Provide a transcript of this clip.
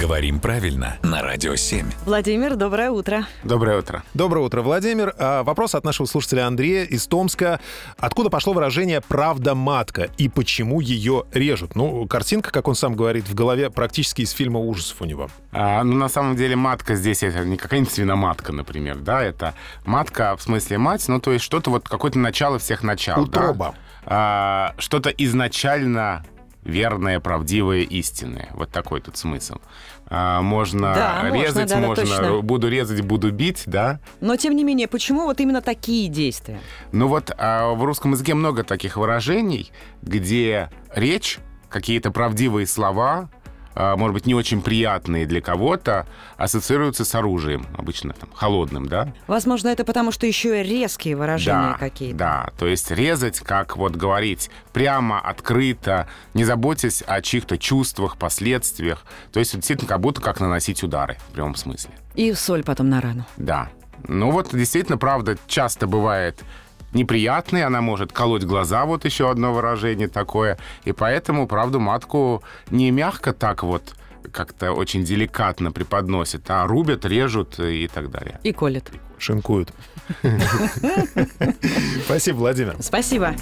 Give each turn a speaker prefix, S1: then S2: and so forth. S1: Говорим правильно на Радио 7.
S2: Владимир, доброе утро.
S3: Доброе утро.
S4: Доброе утро, Владимир. А, Вопрос от нашего слушателя Андрея из Томска. Откуда пошло выражение «правда матка» и почему ее режут? Ну, картинка, как он сам говорит, в голове практически из фильма ужасов у него.
S3: А, ну, на самом деле, матка здесь это не какая-нибудь свиноматка, например, да, это матка в смысле мать, ну, то есть что-то вот какое-то начало всех начал. да.
S4: Утроба.
S3: А, что-то изначально верное, правдивое, истинное. Вот такой тут смысл. А, можно
S2: Да, можно,
S3: резать,
S2: да, да,
S3: можно,
S2: точно.
S3: буду резать, буду бить, да.
S2: Но тем не менее, почему вот именно такие действия?
S3: Ну вот а, в русском языке много таких выражений, где речь, какие-то правдивые слова, а, может быть, не очень приятные для кого-то, ассоциируются с оружием, обычно там, холодным, да?
S2: Возможно, это потому, что еще и резкие выражения
S3: да,
S2: какие-то.
S3: Да, то есть резать, как вот говорить, прямо, открыто, не заботясь о чьих-то чувствах, последствиях. То есть вот действительно как будто как наносить удары в прямом смысле.
S2: И соль потом на рану.
S3: Да. Ну вот действительно, правда, часто бывает неприятной, она может колоть глаза, вот еще одно выражение такое. И поэтому, правду, матку не мягко так вот как-то очень деликатно преподносят, а рубят, режут и так далее.
S2: И колет.
S4: Шинкуют. Спасибо, Владимир.
S2: Спасибо.